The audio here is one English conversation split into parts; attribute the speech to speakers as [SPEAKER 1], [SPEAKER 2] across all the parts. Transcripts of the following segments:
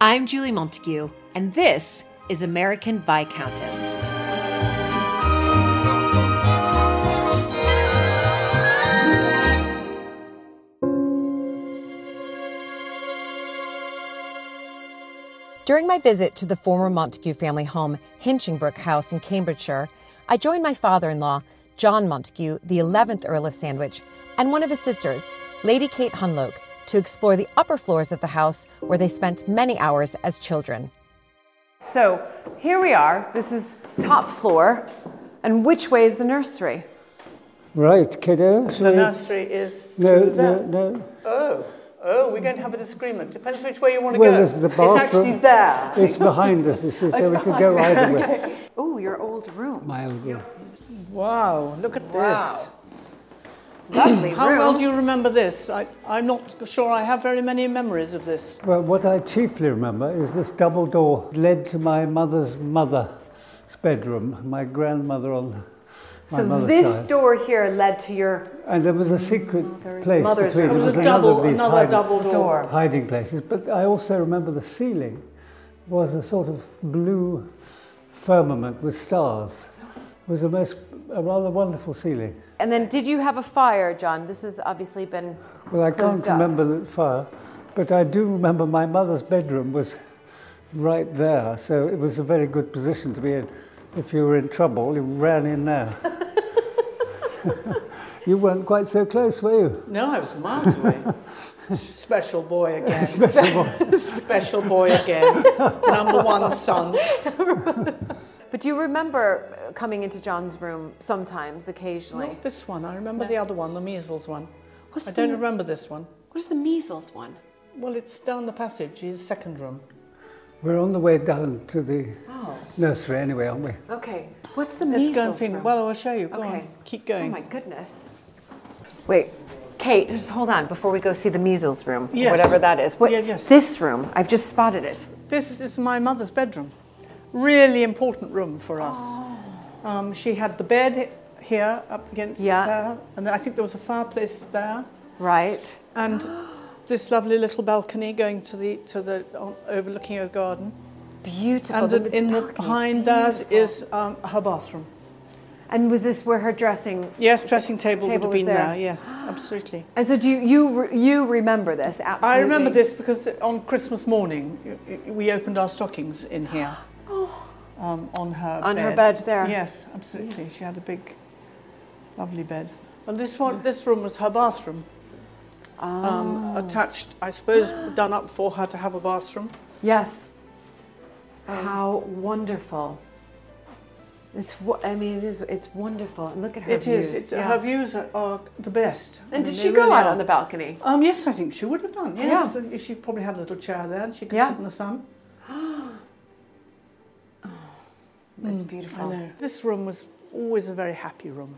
[SPEAKER 1] I'm Julie Montague, and this is American Viscountess. During my visit to the former Montague family home, Hinchingbrook House in Cambridgeshire, I joined my father in law, John Montague, the 11th Earl of Sandwich, and one of his sisters, Lady Kate Hunloke, to explore the upper floors of the house where they spent many hours as children. So here we are. This is top floor. And which way is the nursery?
[SPEAKER 2] Right, kiddo.
[SPEAKER 3] The
[SPEAKER 2] so
[SPEAKER 3] nursery is
[SPEAKER 2] no, no,
[SPEAKER 3] through there.
[SPEAKER 2] no.
[SPEAKER 3] Oh, oh, we're going to have a disagreement. Depends which way you want to
[SPEAKER 2] Well,
[SPEAKER 3] go.
[SPEAKER 2] this is the
[SPEAKER 3] It's actually
[SPEAKER 2] bathroom.
[SPEAKER 3] there.
[SPEAKER 2] It's behind us, you see, so we could go either way.
[SPEAKER 1] Oh, your old room.
[SPEAKER 2] My old room.
[SPEAKER 3] Wow, look at this.
[SPEAKER 1] Lovely
[SPEAKER 3] How
[SPEAKER 1] room.
[SPEAKER 3] well do you remember this? I, I'm not sure I have very many memories of this.
[SPEAKER 2] Well, what I chiefly remember is this double door led to my mother's mother's bedroom, my grandmother on my
[SPEAKER 1] so
[SPEAKER 2] mother's
[SPEAKER 1] this
[SPEAKER 2] side.
[SPEAKER 1] door here led to your
[SPEAKER 2] and there was a secret place
[SPEAKER 1] mother's
[SPEAKER 2] between.
[SPEAKER 1] room.
[SPEAKER 3] It was
[SPEAKER 2] another
[SPEAKER 3] a
[SPEAKER 2] of
[SPEAKER 3] double,
[SPEAKER 2] these
[SPEAKER 3] another
[SPEAKER 2] hiding-
[SPEAKER 3] double door.
[SPEAKER 1] door.
[SPEAKER 2] hiding places. But I also remember the ceiling was a sort of blue firmament with stars. It was a most a rather wonderful ceiling.
[SPEAKER 1] And then did you have a fire, John? This has obviously been
[SPEAKER 2] Well, I
[SPEAKER 1] closed up.
[SPEAKER 2] can't remember the fire, but I do remember my mother's bedroom was right there, so it was a very good position to be in. If you were in trouble, you ran in there. you weren't quite so close, were you?
[SPEAKER 3] No, I was miles away. Special boy again. Special boy again. Number one son.
[SPEAKER 1] But do you remember uh, coming into John's room sometimes, occasionally?
[SPEAKER 3] Not this one. I remember the other one, the measles one.
[SPEAKER 1] What's
[SPEAKER 3] I don't
[SPEAKER 1] the-
[SPEAKER 3] remember this one.
[SPEAKER 1] Where's the measles one?
[SPEAKER 3] Well, it's down the passage, his second room.
[SPEAKER 2] We're on the way down to the
[SPEAKER 1] Oh.
[SPEAKER 2] nursery anyway, aren't we?
[SPEAKER 1] Okay. What's the
[SPEAKER 3] Let's
[SPEAKER 1] measles
[SPEAKER 3] go and see.
[SPEAKER 1] room?
[SPEAKER 3] Well, I'll show you. Go
[SPEAKER 1] okay.
[SPEAKER 3] on. Keep
[SPEAKER 1] Oh
[SPEAKER 3] going.
[SPEAKER 1] my goodness. Wait, Kate, just hold on before we go see the measles room, or
[SPEAKER 3] Yes.
[SPEAKER 1] whatever that is. What,
[SPEAKER 3] Yeah, yes.
[SPEAKER 1] This room, I've just spotted it.
[SPEAKER 3] This is my mother's bedroom. Really important room for us.
[SPEAKER 1] Oh.
[SPEAKER 3] Um, she had the bed here up against
[SPEAKER 1] Yeah.
[SPEAKER 3] there, and I think there was a fireplace there,
[SPEAKER 1] Right.
[SPEAKER 3] and this lovely little balcony going to the to the o- overlooking her garden.
[SPEAKER 1] Beautiful.
[SPEAKER 3] And the,
[SPEAKER 1] the
[SPEAKER 3] in the
[SPEAKER 1] balcony is
[SPEAKER 3] behind theirs is um, her bathroom.
[SPEAKER 1] And was this where her dressing?
[SPEAKER 3] Yes, dressing table, would
[SPEAKER 1] Table was
[SPEAKER 3] have been
[SPEAKER 1] there.
[SPEAKER 3] there. Yes, absolutely.
[SPEAKER 1] And so do you you, re- you remember this? Absolutely.
[SPEAKER 3] I remember this because on Christmas morning y- y- we opened our stockings in here. Um, on her
[SPEAKER 1] Oh. On
[SPEAKER 3] bed.
[SPEAKER 1] her bed there.
[SPEAKER 3] Yes, absolutely. She had a big, lovely bed. And this one, this room was her bathroom.
[SPEAKER 1] Ah.
[SPEAKER 3] Um, attached, I suppose, done up for her to have a bathroom.
[SPEAKER 1] Yes. How wonderful. It's, wo- I mean, it is, it's wonderful. And look at her
[SPEAKER 3] It
[SPEAKER 1] views.
[SPEAKER 3] is. It's,
[SPEAKER 1] yeah.
[SPEAKER 3] Her views are, are the best. I
[SPEAKER 1] and did
[SPEAKER 3] mean,
[SPEAKER 1] she
[SPEAKER 3] they
[SPEAKER 1] go
[SPEAKER 3] really
[SPEAKER 1] out
[SPEAKER 3] are.
[SPEAKER 1] on the balcony?
[SPEAKER 3] Um, yes, I think she would have done. Yes, And she probably had a little chair there, and she could
[SPEAKER 1] Yeah.
[SPEAKER 3] sit in the sun. Mm,
[SPEAKER 1] It's beautiful.
[SPEAKER 3] Um, This room was always a very happy room.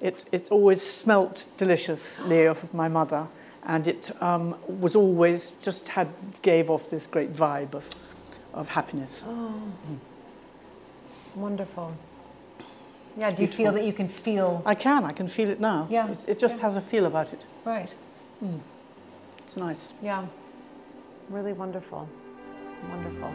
[SPEAKER 3] It, it always smelt deliciously of my mother, and it um, was always just had gave off this great vibe of, of happiness.
[SPEAKER 1] Oh. Wonderful. Yeah, do you feel that you can feel
[SPEAKER 3] I can, I can feel it now.
[SPEAKER 1] Yeah,
[SPEAKER 3] It's- It, just has a feel about it.
[SPEAKER 1] right?
[SPEAKER 3] It's nice.
[SPEAKER 1] Yeah. Really wonderful. Wonderful.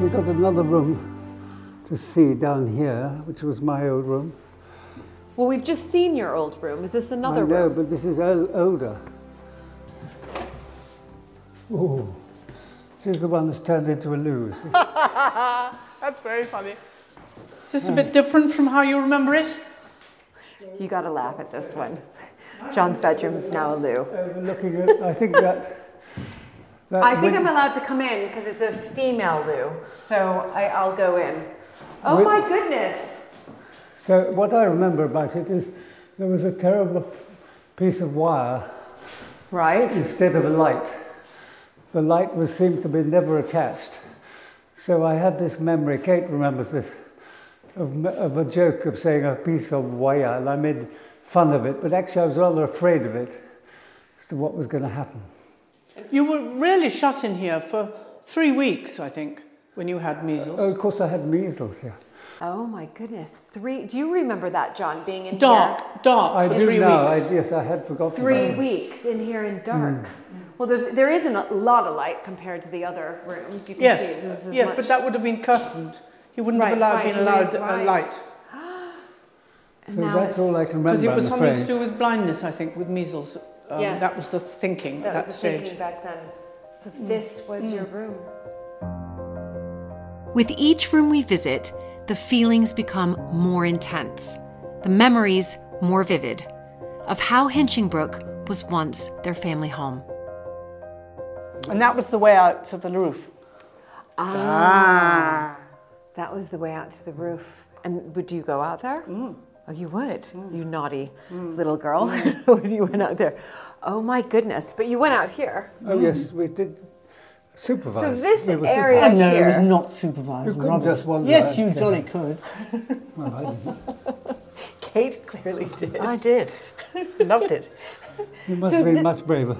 [SPEAKER 2] We got another room to see down here, which was my old room.
[SPEAKER 1] Well, we've just seen your old room. Is this another
[SPEAKER 2] I know,
[SPEAKER 1] room?
[SPEAKER 2] but this is o- older. Oh, this is the one that's turned into a loo. you see.
[SPEAKER 3] That's very funny. Is this a bit different from how you remember it?
[SPEAKER 1] You got to laugh at this one. John's bedroom is now a loo.
[SPEAKER 2] Overlooking it, I think that. that
[SPEAKER 1] I think
[SPEAKER 2] win-
[SPEAKER 1] I'm allowed to come in because it's a female loo, so I, I'll go in. Oh
[SPEAKER 2] Wait.
[SPEAKER 1] my goodness!
[SPEAKER 2] So what I remember about it is there was a terrible piece of wire
[SPEAKER 1] Right?
[SPEAKER 2] instead of a light. The light was seemed to be never attached. So I had this memory. Kate remembers this of, m- of a joke of saying a piece of wire, and I made fun of it. But actually, I was rather afraid of it as to what was going to happen.
[SPEAKER 3] You were really shut in here for three weeks, I think, when you had measles.
[SPEAKER 2] Uh, Oh, of course, I had measles. Yeah.
[SPEAKER 4] Oh my goodness. Three. Do you remember that, John, being in
[SPEAKER 3] Dark,
[SPEAKER 4] here?
[SPEAKER 3] dark
[SPEAKER 2] I
[SPEAKER 3] for
[SPEAKER 2] do
[SPEAKER 3] three
[SPEAKER 2] now.
[SPEAKER 3] weeks.
[SPEAKER 2] I, yes, I had forgotten.
[SPEAKER 4] Three
[SPEAKER 2] about it.
[SPEAKER 4] weeks in here
[SPEAKER 2] Mm.
[SPEAKER 4] in dark. Well, there's, there isn't a lot of light compared to the other rooms. You can see this
[SPEAKER 3] Yes,
[SPEAKER 4] is
[SPEAKER 3] yes,
[SPEAKER 4] much-
[SPEAKER 3] but that would have been curtained. He wouldn't
[SPEAKER 4] Right,
[SPEAKER 3] have allowed,
[SPEAKER 4] right,
[SPEAKER 3] been
[SPEAKER 4] he wouldn't-
[SPEAKER 3] allowed
[SPEAKER 4] right.
[SPEAKER 3] a light
[SPEAKER 4] and
[SPEAKER 2] So
[SPEAKER 4] now
[SPEAKER 2] that's
[SPEAKER 4] it's-
[SPEAKER 2] all I can remember.
[SPEAKER 3] because it was
[SPEAKER 2] I'm
[SPEAKER 3] something
[SPEAKER 2] afraid.
[SPEAKER 3] to do with blindness, I think, with measles. Um,
[SPEAKER 4] Yes.
[SPEAKER 3] That was the thinking
[SPEAKER 4] That
[SPEAKER 3] at that
[SPEAKER 4] was the
[SPEAKER 3] stage. Mm.
[SPEAKER 4] thinking back then. So this was your room.
[SPEAKER 1] With each room we visit, the feelings become more intense, the memories more vivid of how Hinchingbrook was once their family home.
[SPEAKER 3] And that was the way out to the roof.
[SPEAKER 4] Ah. That was the way out to the roof. And would you go out there?
[SPEAKER 3] Mm.
[SPEAKER 4] Oh, you would. You naughty little girl.
[SPEAKER 3] Mm.
[SPEAKER 4] When you went out there. Oh my goodness. But you went out here.
[SPEAKER 2] Oh yes, we did supervise.
[SPEAKER 4] So this
[SPEAKER 2] We were
[SPEAKER 4] area
[SPEAKER 2] supervised.
[SPEAKER 4] here.
[SPEAKER 5] not supervised.
[SPEAKER 2] You couldn't just wander.
[SPEAKER 5] Yes, you
[SPEAKER 2] out.
[SPEAKER 5] jolly could.
[SPEAKER 2] Well, I didn't.
[SPEAKER 4] Kate clearly did.
[SPEAKER 5] I did. Loved it.
[SPEAKER 2] You must have been much braver.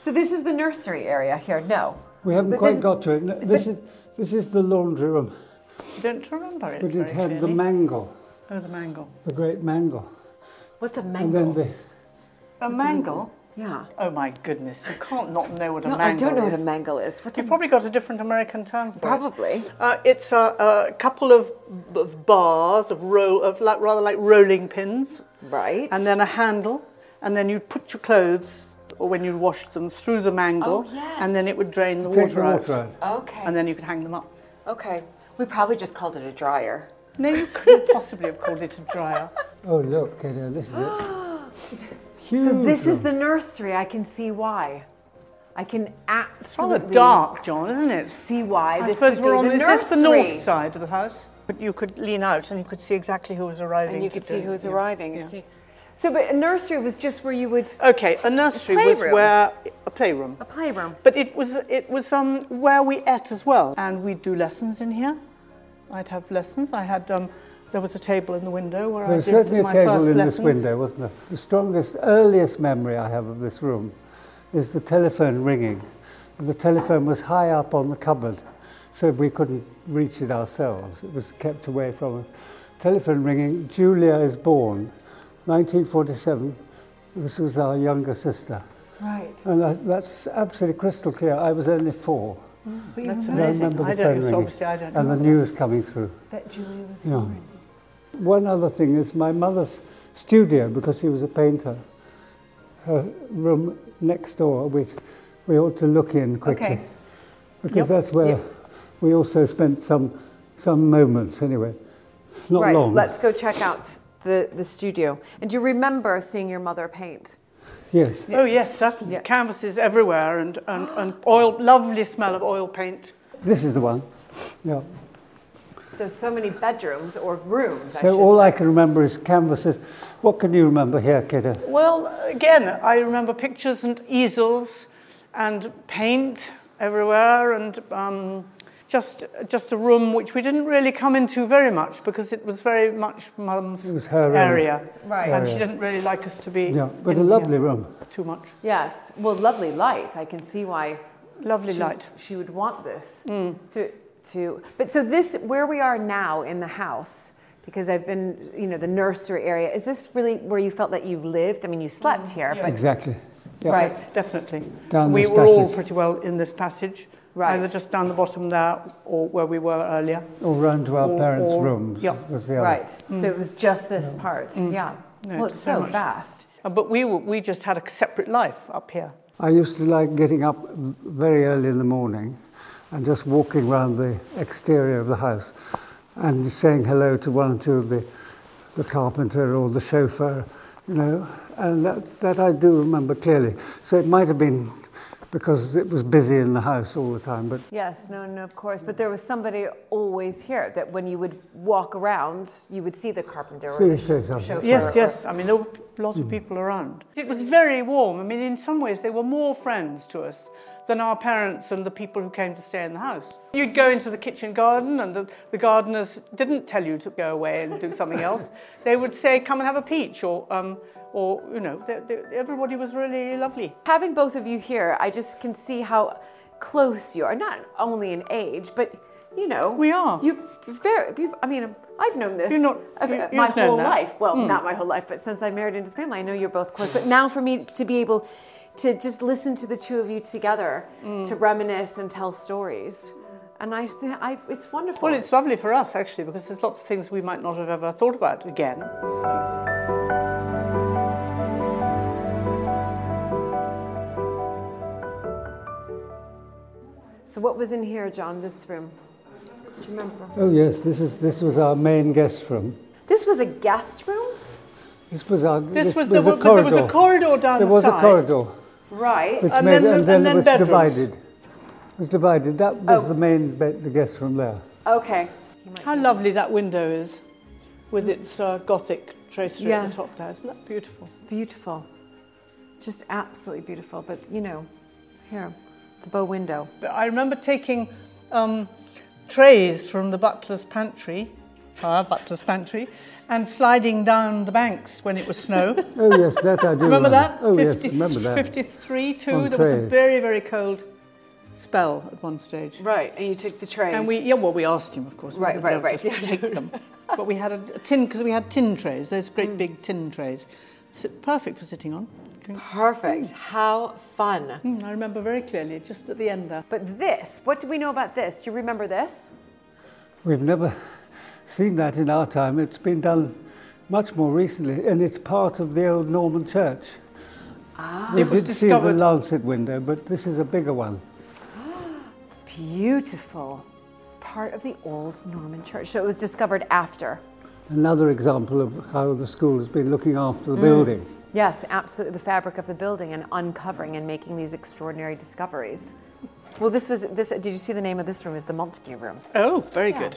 [SPEAKER 4] So this is the nursery area here. No.
[SPEAKER 2] We haven't
[SPEAKER 4] But
[SPEAKER 2] quite
[SPEAKER 4] this-
[SPEAKER 2] got to it. No, This is this is the laundry room,
[SPEAKER 3] I don't remember it
[SPEAKER 2] but it
[SPEAKER 3] very
[SPEAKER 2] had the
[SPEAKER 3] clearly.
[SPEAKER 2] mangle,
[SPEAKER 3] oh, the mangle.
[SPEAKER 2] the great mangle,
[SPEAKER 4] What's a
[SPEAKER 2] and then
[SPEAKER 4] mangle?
[SPEAKER 2] the
[SPEAKER 3] A mangle?
[SPEAKER 4] yeah.
[SPEAKER 3] Oh my goodness, you can't not know what a
[SPEAKER 4] No,
[SPEAKER 3] mangle
[SPEAKER 4] I don't know
[SPEAKER 3] is.
[SPEAKER 4] what a mangle is. What's a
[SPEAKER 3] You've probably got a different American term for
[SPEAKER 4] Probably.
[SPEAKER 3] it. Uh, it's a, a couple of, of bars, of, roll, of like, rather like rolling pins,
[SPEAKER 4] right?
[SPEAKER 3] and then a handle, and then you'd put your clothes, or when you washed them, through the mangle,
[SPEAKER 4] Oh, yes.
[SPEAKER 3] and then it would drain the
[SPEAKER 2] take
[SPEAKER 3] water,
[SPEAKER 2] the water out.
[SPEAKER 4] okay.
[SPEAKER 3] and then you could hang them up.
[SPEAKER 4] okay. We probably just called it a dryer.
[SPEAKER 3] No, you couldn't possibly have called it a dryer.
[SPEAKER 2] Oh look, you know, this is it. Huge
[SPEAKER 3] Mm.
[SPEAKER 4] So this is
[SPEAKER 2] room.
[SPEAKER 4] the nursery. I can see why. I can
[SPEAKER 3] It's rather
[SPEAKER 4] absolutely
[SPEAKER 3] dark, John, isn't it?
[SPEAKER 4] see why
[SPEAKER 3] I
[SPEAKER 4] this
[SPEAKER 3] suppose
[SPEAKER 4] would
[SPEAKER 3] we're
[SPEAKER 4] be
[SPEAKER 3] on
[SPEAKER 4] the
[SPEAKER 3] this
[SPEAKER 4] nursery.
[SPEAKER 3] is the north side of the house. But you could lean out and you could see exactly who was arriving.
[SPEAKER 4] And you
[SPEAKER 3] to
[SPEAKER 4] could
[SPEAKER 3] do
[SPEAKER 4] see who
[SPEAKER 3] it,
[SPEAKER 4] was
[SPEAKER 3] yeah.
[SPEAKER 4] arriving. you
[SPEAKER 3] Yeah.
[SPEAKER 4] See. So, but a nursery was just where you would
[SPEAKER 3] Okay, a nursery was
[SPEAKER 4] playroom.
[SPEAKER 3] where a playroom.
[SPEAKER 4] a playroom.
[SPEAKER 3] But it was it was um, where we ate as well, and we'd do lessons in here. I'd have lessons. I had um, there was a table in the window where
[SPEAKER 2] There
[SPEAKER 3] I
[SPEAKER 2] was
[SPEAKER 3] did
[SPEAKER 2] certainly
[SPEAKER 3] my
[SPEAKER 2] a table
[SPEAKER 3] first
[SPEAKER 2] in
[SPEAKER 3] lessons.
[SPEAKER 2] this window, wasn't there? The strongest, earliest memory I have of this room is the telephone ringing. The telephone was high up on the cupboard, so we couldn't reach it ourselves. It was kept away from us. Telephone ringing, Julia is born, 1947. This was our younger sister.
[SPEAKER 4] Right.
[SPEAKER 2] And that, that's absolutely crystal clear. I was only four.
[SPEAKER 3] But you
[SPEAKER 4] That's
[SPEAKER 2] And
[SPEAKER 3] remember
[SPEAKER 2] I
[SPEAKER 3] this?
[SPEAKER 2] remember the phone
[SPEAKER 3] I don't.
[SPEAKER 2] ringing
[SPEAKER 3] So obviously, I don't.
[SPEAKER 2] and the
[SPEAKER 3] know.
[SPEAKER 2] news coming through.
[SPEAKER 4] That Julia was.
[SPEAKER 2] Yeah. One other thing is my mother's studio, because she was a painter, her room next door, which we ought to look in quickly.
[SPEAKER 4] Okay.
[SPEAKER 2] Because
[SPEAKER 3] Yep.
[SPEAKER 2] that's where
[SPEAKER 3] Yep.
[SPEAKER 2] we also spent some, some moments anyway. Not
[SPEAKER 4] right.
[SPEAKER 2] long.
[SPEAKER 4] Let's go check out the the studio. And do you remember seeing your mother paint?
[SPEAKER 2] Yes.
[SPEAKER 3] Oh yes, certainly.
[SPEAKER 4] Yeah.
[SPEAKER 3] Canvases everywhere, and, and, and oil. Lovely smell of oil paint.
[SPEAKER 2] This is the one. Yeah.
[SPEAKER 4] There's so many bedrooms or rooms. I
[SPEAKER 2] So
[SPEAKER 4] should
[SPEAKER 2] all
[SPEAKER 4] say.
[SPEAKER 2] I can remember is canvases. What can you remember here, kiddo?
[SPEAKER 3] Well, again, I remember pictures and easels and paint everywhere and um, just, just a room which we didn't really come into very much because it was very much mum's
[SPEAKER 2] was her room.
[SPEAKER 3] area.
[SPEAKER 4] Right.
[SPEAKER 3] And she didn't really like us to be
[SPEAKER 2] Yeah, but
[SPEAKER 3] in
[SPEAKER 2] a lovely
[SPEAKER 3] here
[SPEAKER 2] room.
[SPEAKER 3] too much.
[SPEAKER 4] Yes. Well, lovely light. I can see why
[SPEAKER 3] Lovely
[SPEAKER 4] she,
[SPEAKER 3] light.
[SPEAKER 4] she would want this to to but so this where we are now in the house because I've been you know the nursery area is this really where you felt that you lived I mean you slept here
[SPEAKER 2] Exactly.
[SPEAKER 4] but
[SPEAKER 2] Yeah.
[SPEAKER 4] right
[SPEAKER 3] Definitely.
[SPEAKER 2] Down
[SPEAKER 3] we
[SPEAKER 2] this
[SPEAKER 3] were all
[SPEAKER 2] passage.
[SPEAKER 3] pretty well in this passage.
[SPEAKER 4] Right.
[SPEAKER 3] Either just down the bottom there or where we were earlier.
[SPEAKER 2] All round to our
[SPEAKER 3] Or-
[SPEAKER 2] parents'
[SPEAKER 3] or-
[SPEAKER 2] rooms
[SPEAKER 3] yeah.
[SPEAKER 2] was the other.
[SPEAKER 4] right so it was just this part yeah
[SPEAKER 3] No,
[SPEAKER 4] well it's
[SPEAKER 3] so
[SPEAKER 4] so
[SPEAKER 3] much.
[SPEAKER 4] fast
[SPEAKER 3] Uh, But we, were, we just had a separate life up here.
[SPEAKER 2] I used to like getting up very early in the morning and just walking round the exterior of the house and saying hello to one or two of the, the carpenter or the chauffeur, you know, and that, that I do remember clearly. So it might have been because it was busy in the house all the time, but
[SPEAKER 4] yes no no of course but there was somebody always here that when you would walk around you would see the carpenter or the
[SPEAKER 2] Please say something.
[SPEAKER 4] chauffeur
[SPEAKER 3] Yes,
[SPEAKER 4] or-
[SPEAKER 3] yes. I mean, there were lots
[SPEAKER 2] Hmm.
[SPEAKER 3] of people around. It was very warm. I mean, in some ways, they were more friends to us than our parents and the people who came to stay in the house. You'd go into the kitchen garden, and the, the gardeners didn't tell you to go away and do something else. They would say, "Come and have a peach," or, um, or you know, they, they, everybody was really lovely.
[SPEAKER 4] having both of you here I just can see how close you are not only in age but you know
[SPEAKER 3] We are.
[SPEAKER 4] you very you've, I mean I've known this
[SPEAKER 3] You're not-
[SPEAKER 4] of-
[SPEAKER 3] you-
[SPEAKER 4] of
[SPEAKER 3] you've
[SPEAKER 4] my
[SPEAKER 3] known
[SPEAKER 4] whole
[SPEAKER 3] that. Hmm.
[SPEAKER 4] life. Well, not my whole life, but since I married into the family, I know you're both close. But now for me to be able to just listen to the two of you together,
[SPEAKER 3] Hmm.
[SPEAKER 4] to reminisce and tell stories, and I, th- I it's wonderful.
[SPEAKER 3] Well, it's lovely for us actually because there's lots of things we might not have ever thought about again.
[SPEAKER 4] So what was in here, John? This room. Do you remember?
[SPEAKER 2] Oh yes, this is this was our main guest room.
[SPEAKER 4] This was a guest room,
[SPEAKER 2] This was our.
[SPEAKER 3] This was the one- there was a corridor down
[SPEAKER 2] There
[SPEAKER 3] the
[SPEAKER 2] was a
[SPEAKER 3] side.
[SPEAKER 2] corridor,
[SPEAKER 4] right?
[SPEAKER 2] which
[SPEAKER 3] And
[SPEAKER 2] made
[SPEAKER 3] then the-
[SPEAKER 2] and then,
[SPEAKER 3] and
[SPEAKER 2] it
[SPEAKER 3] then
[SPEAKER 2] was
[SPEAKER 3] bedrooms.
[SPEAKER 2] divided. It was divided. That was
[SPEAKER 4] Oh.
[SPEAKER 2] the main bed, the guest room there.
[SPEAKER 4] Okay.
[SPEAKER 3] How lovely that window is, with its uh, Gothic tracery at
[SPEAKER 4] Mm. Yes.
[SPEAKER 3] the top there. Isn't that beautiful?
[SPEAKER 4] Beautiful. Just absolutely beautiful. But you know, here, the bow window.
[SPEAKER 3] But I remember taking um, trays from the butler's pantry, our butler's pantry, and sliding down the banks when it was snow.
[SPEAKER 2] Oh yes, that I do.
[SPEAKER 3] Remember that?
[SPEAKER 2] Oh yes,
[SPEAKER 3] 50
[SPEAKER 2] remember that.
[SPEAKER 3] 53, 2.
[SPEAKER 2] On
[SPEAKER 3] there was a
[SPEAKER 2] trays.
[SPEAKER 3] very, very cold spell at one stage.
[SPEAKER 4] Right, and you took the trays.
[SPEAKER 3] And we, yeah, well, we asked him, of course. we
[SPEAKER 4] Right,
[SPEAKER 3] would
[SPEAKER 4] right,
[SPEAKER 3] never
[SPEAKER 4] right.
[SPEAKER 3] Just take them. But we had a, a tin, because we had tin trays, those great
[SPEAKER 4] Mm.
[SPEAKER 3] big tin trays. S- Perfect for sitting on.
[SPEAKER 4] Perfect. How fun.
[SPEAKER 3] Mm, I remember very clearly, just at the end there.
[SPEAKER 4] But this, what do we know about this? Do you remember this?
[SPEAKER 2] We've never seen that in our time. It's been done much more recently, and it's part of the old Norman church. We
[SPEAKER 3] Ah. It was
[SPEAKER 2] did see the
[SPEAKER 3] discovered-
[SPEAKER 2] Lancet window, but this is a bigger one.
[SPEAKER 4] It's beautiful. It's part of the old Norman church. So it was discovered after.
[SPEAKER 2] Another example of how the school has been looking after
[SPEAKER 3] Mm.
[SPEAKER 2] the building.
[SPEAKER 4] Yes, absolutely. The fabric of the building and uncovering and making these extraordinary discoveries. Well, this was this. Did you see the name of this room? Is the Montague room?
[SPEAKER 3] Oh, very good.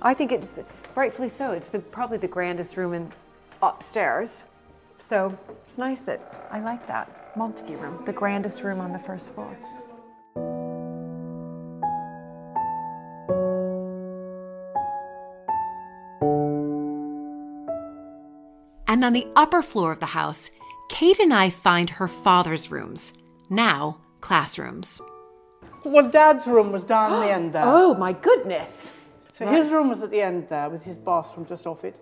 [SPEAKER 4] I think it's rightfully so. It's the, probably the grandest room in upstairs. So it's nice that I like that Montague room, the grandest room on the first floor.
[SPEAKER 6] And on the upper floor of the house, Kate and I find her father's rooms, now classrooms.
[SPEAKER 3] Well, Dad's room was down the end there.
[SPEAKER 4] Oh my goodness!
[SPEAKER 3] So his room was at the end there with his bathroom just off it.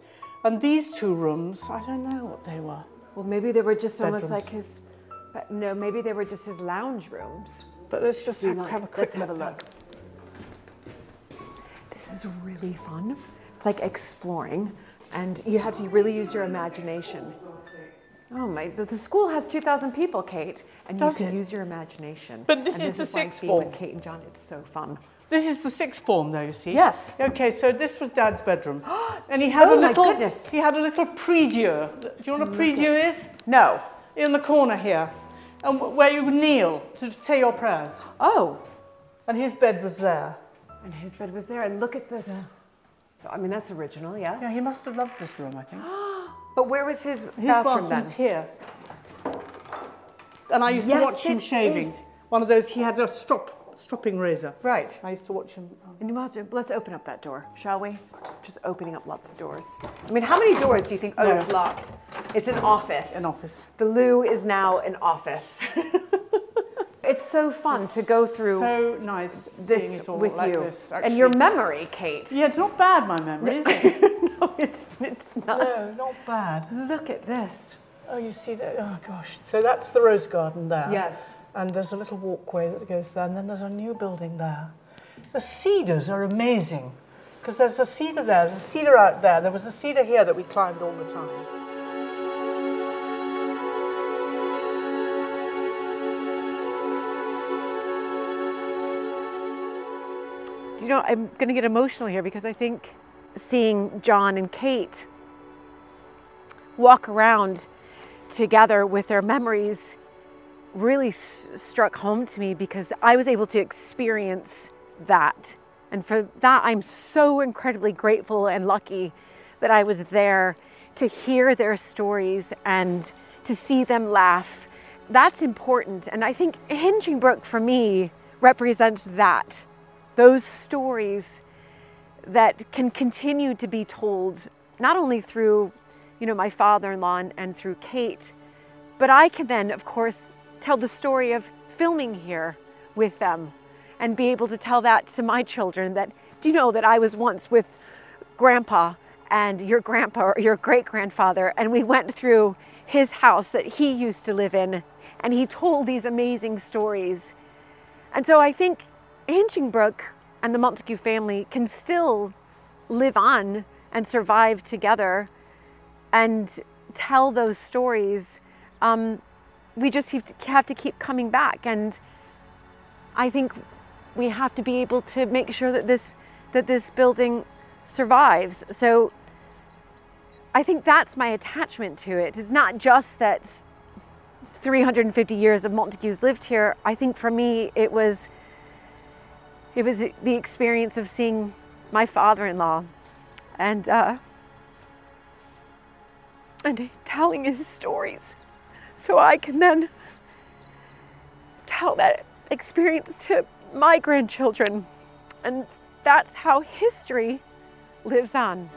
[SPEAKER 3] And these two rooms, I don't know what they were.
[SPEAKER 4] Well, maybe they were just almost
[SPEAKER 3] Bedrooms.
[SPEAKER 4] like his. but No, maybe they were just his lounge rooms.
[SPEAKER 3] But let's just
[SPEAKER 4] Do you
[SPEAKER 3] have,
[SPEAKER 4] like-
[SPEAKER 3] have a quick
[SPEAKER 4] Let's have a
[SPEAKER 3] there.
[SPEAKER 4] look. This is really fun. It's like exploring, and you have to really use your imagination. Oh my! The the school has 2,000 people, Kate, and you
[SPEAKER 3] Does
[SPEAKER 4] can
[SPEAKER 3] it?
[SPEAKER 4] use your imagination.
[SPEAKER 3] But this
[SPEAKER 4] And
[SPEAKER 3] is the
[SPEAKER 4] why I'm
[SPEAKER 3] sixth
[SPEAKER 4] being with
[SPEAKER 3] form.
[SPEAKER 4] Kate and John, it's so fun.
[SPEAKER 3] This is the sixth form, though. You see.
[SPEAKER 4] Yes.
[SPEAKER 3] Okay, so this was Dad's bedroom, and he had
[SPEAKER 4] Oh,
[SPEAKER 3] a
[SPEAKER 4] my
[SPEAKER 3] little.
[SPEAKER 4] goodness.
[SPEAKER 3] He had a little prie-dieu. Do you know what a prie-dieu is?
[SPEAKER 4] No.
[SPEAKER 3] In the corner here, and wh- where you kneel to say your prayers.
[SPEAKER 4] Oh.
[SPEAKER 3] And his bed was there.
[SPEAKER 4] And his bed was there, and look at this. I mean, that's original, yes.
[SPEAKER 3] Yeah, he must have loved this room, I think.
[SPEAKER 4] But where was his,
[SPEAKER 3] His bathroom's
[SPEAKER 4] bathroom then?
[SPEAKER 3] here. And I used
[SPEAKER 4] Yes,
[SPEAKER 3] to watch him
[SPEAKER 4] it
[SPEAKER 3] shaving.
[SPEAKER 4] is.
[SPEAKER 3] One of those. He had a strop, stropping razor.
[SPEAKER 4] Right.
[SPEAKER 3] I used to watch him.
[SPEAKER 4] And you must- let's open up that door, shall we? Just opening up lots of doors. I mean, how many doors do you think? Oh, it's
[SPEAKER 3] No.
[SPEAKER 4] locked. It's an office.
[SPEAKER 3] An office.
[SPEAKER 4] The loo is now an office. it's so fun to go through
[SPEAKER 3] So nice seeing
[SPEAKER 4] this
[SPEAKER 3] it all
[SPEAKER 4] with
[SPEAKER 3] like
[SPEAKER 4] you
[SPEAKER 3] this,
[SPEAKER 4] and your
[SPEAKER 3] actually.
[SPEAKER 4] memory, Kate.
[SPEAKER 3] Yeah, it's not bad, my memory, is it?
[SPEAKER 4] no, it's it's not.
[SPEAKER 3] No, not bad.
[SPEAKER 4] Look at this.
[SPEAKER 3] Oh, you see that? Oh, gosh. So that's the rose garden there.
[SPEAKER 4] Yes.
[SPEAKER 3] And there's a little walkway that goes there, and then there's a new building there. The cedars are amazing because there's the cedar there, there's a cedar out there, there was a cedar here that we climbed all the time.
[SPEAKER 4] you know, I'm going to get emotional here because I think seeing John and Kate walk around together with their memories really s- struck home to me because I was able to experience that. And for that, I'm so incredibly grateful and lucky that I was there to hear their stories and to see them laugh. That's important. And I think Hinging Brook for me represents that those stories that can continue to be told not only through you know my father-in-law and, and through kate but i can then of course tell the story of filming here with them and be able to tell that to my children that do you know that i was once with grandpa and your grandpa or your great grandfather, and we went through his house that he used to live in, and he told these amazing stories. And so I think Hinchingbrook and the Montague family can still live on and survive together and tell those stories. Um, we just have to, have to keep coming back. And I think we have to be able to make sure that this, that this building survives. So I think that's my attachment to it. It's not just that 350 years of Montagues lived here. I think for me, it was it was the experience of seeing my father-in-law and uh, and telling his stories, so I can then tell that experience to my grandchildren, and that's how history lives on.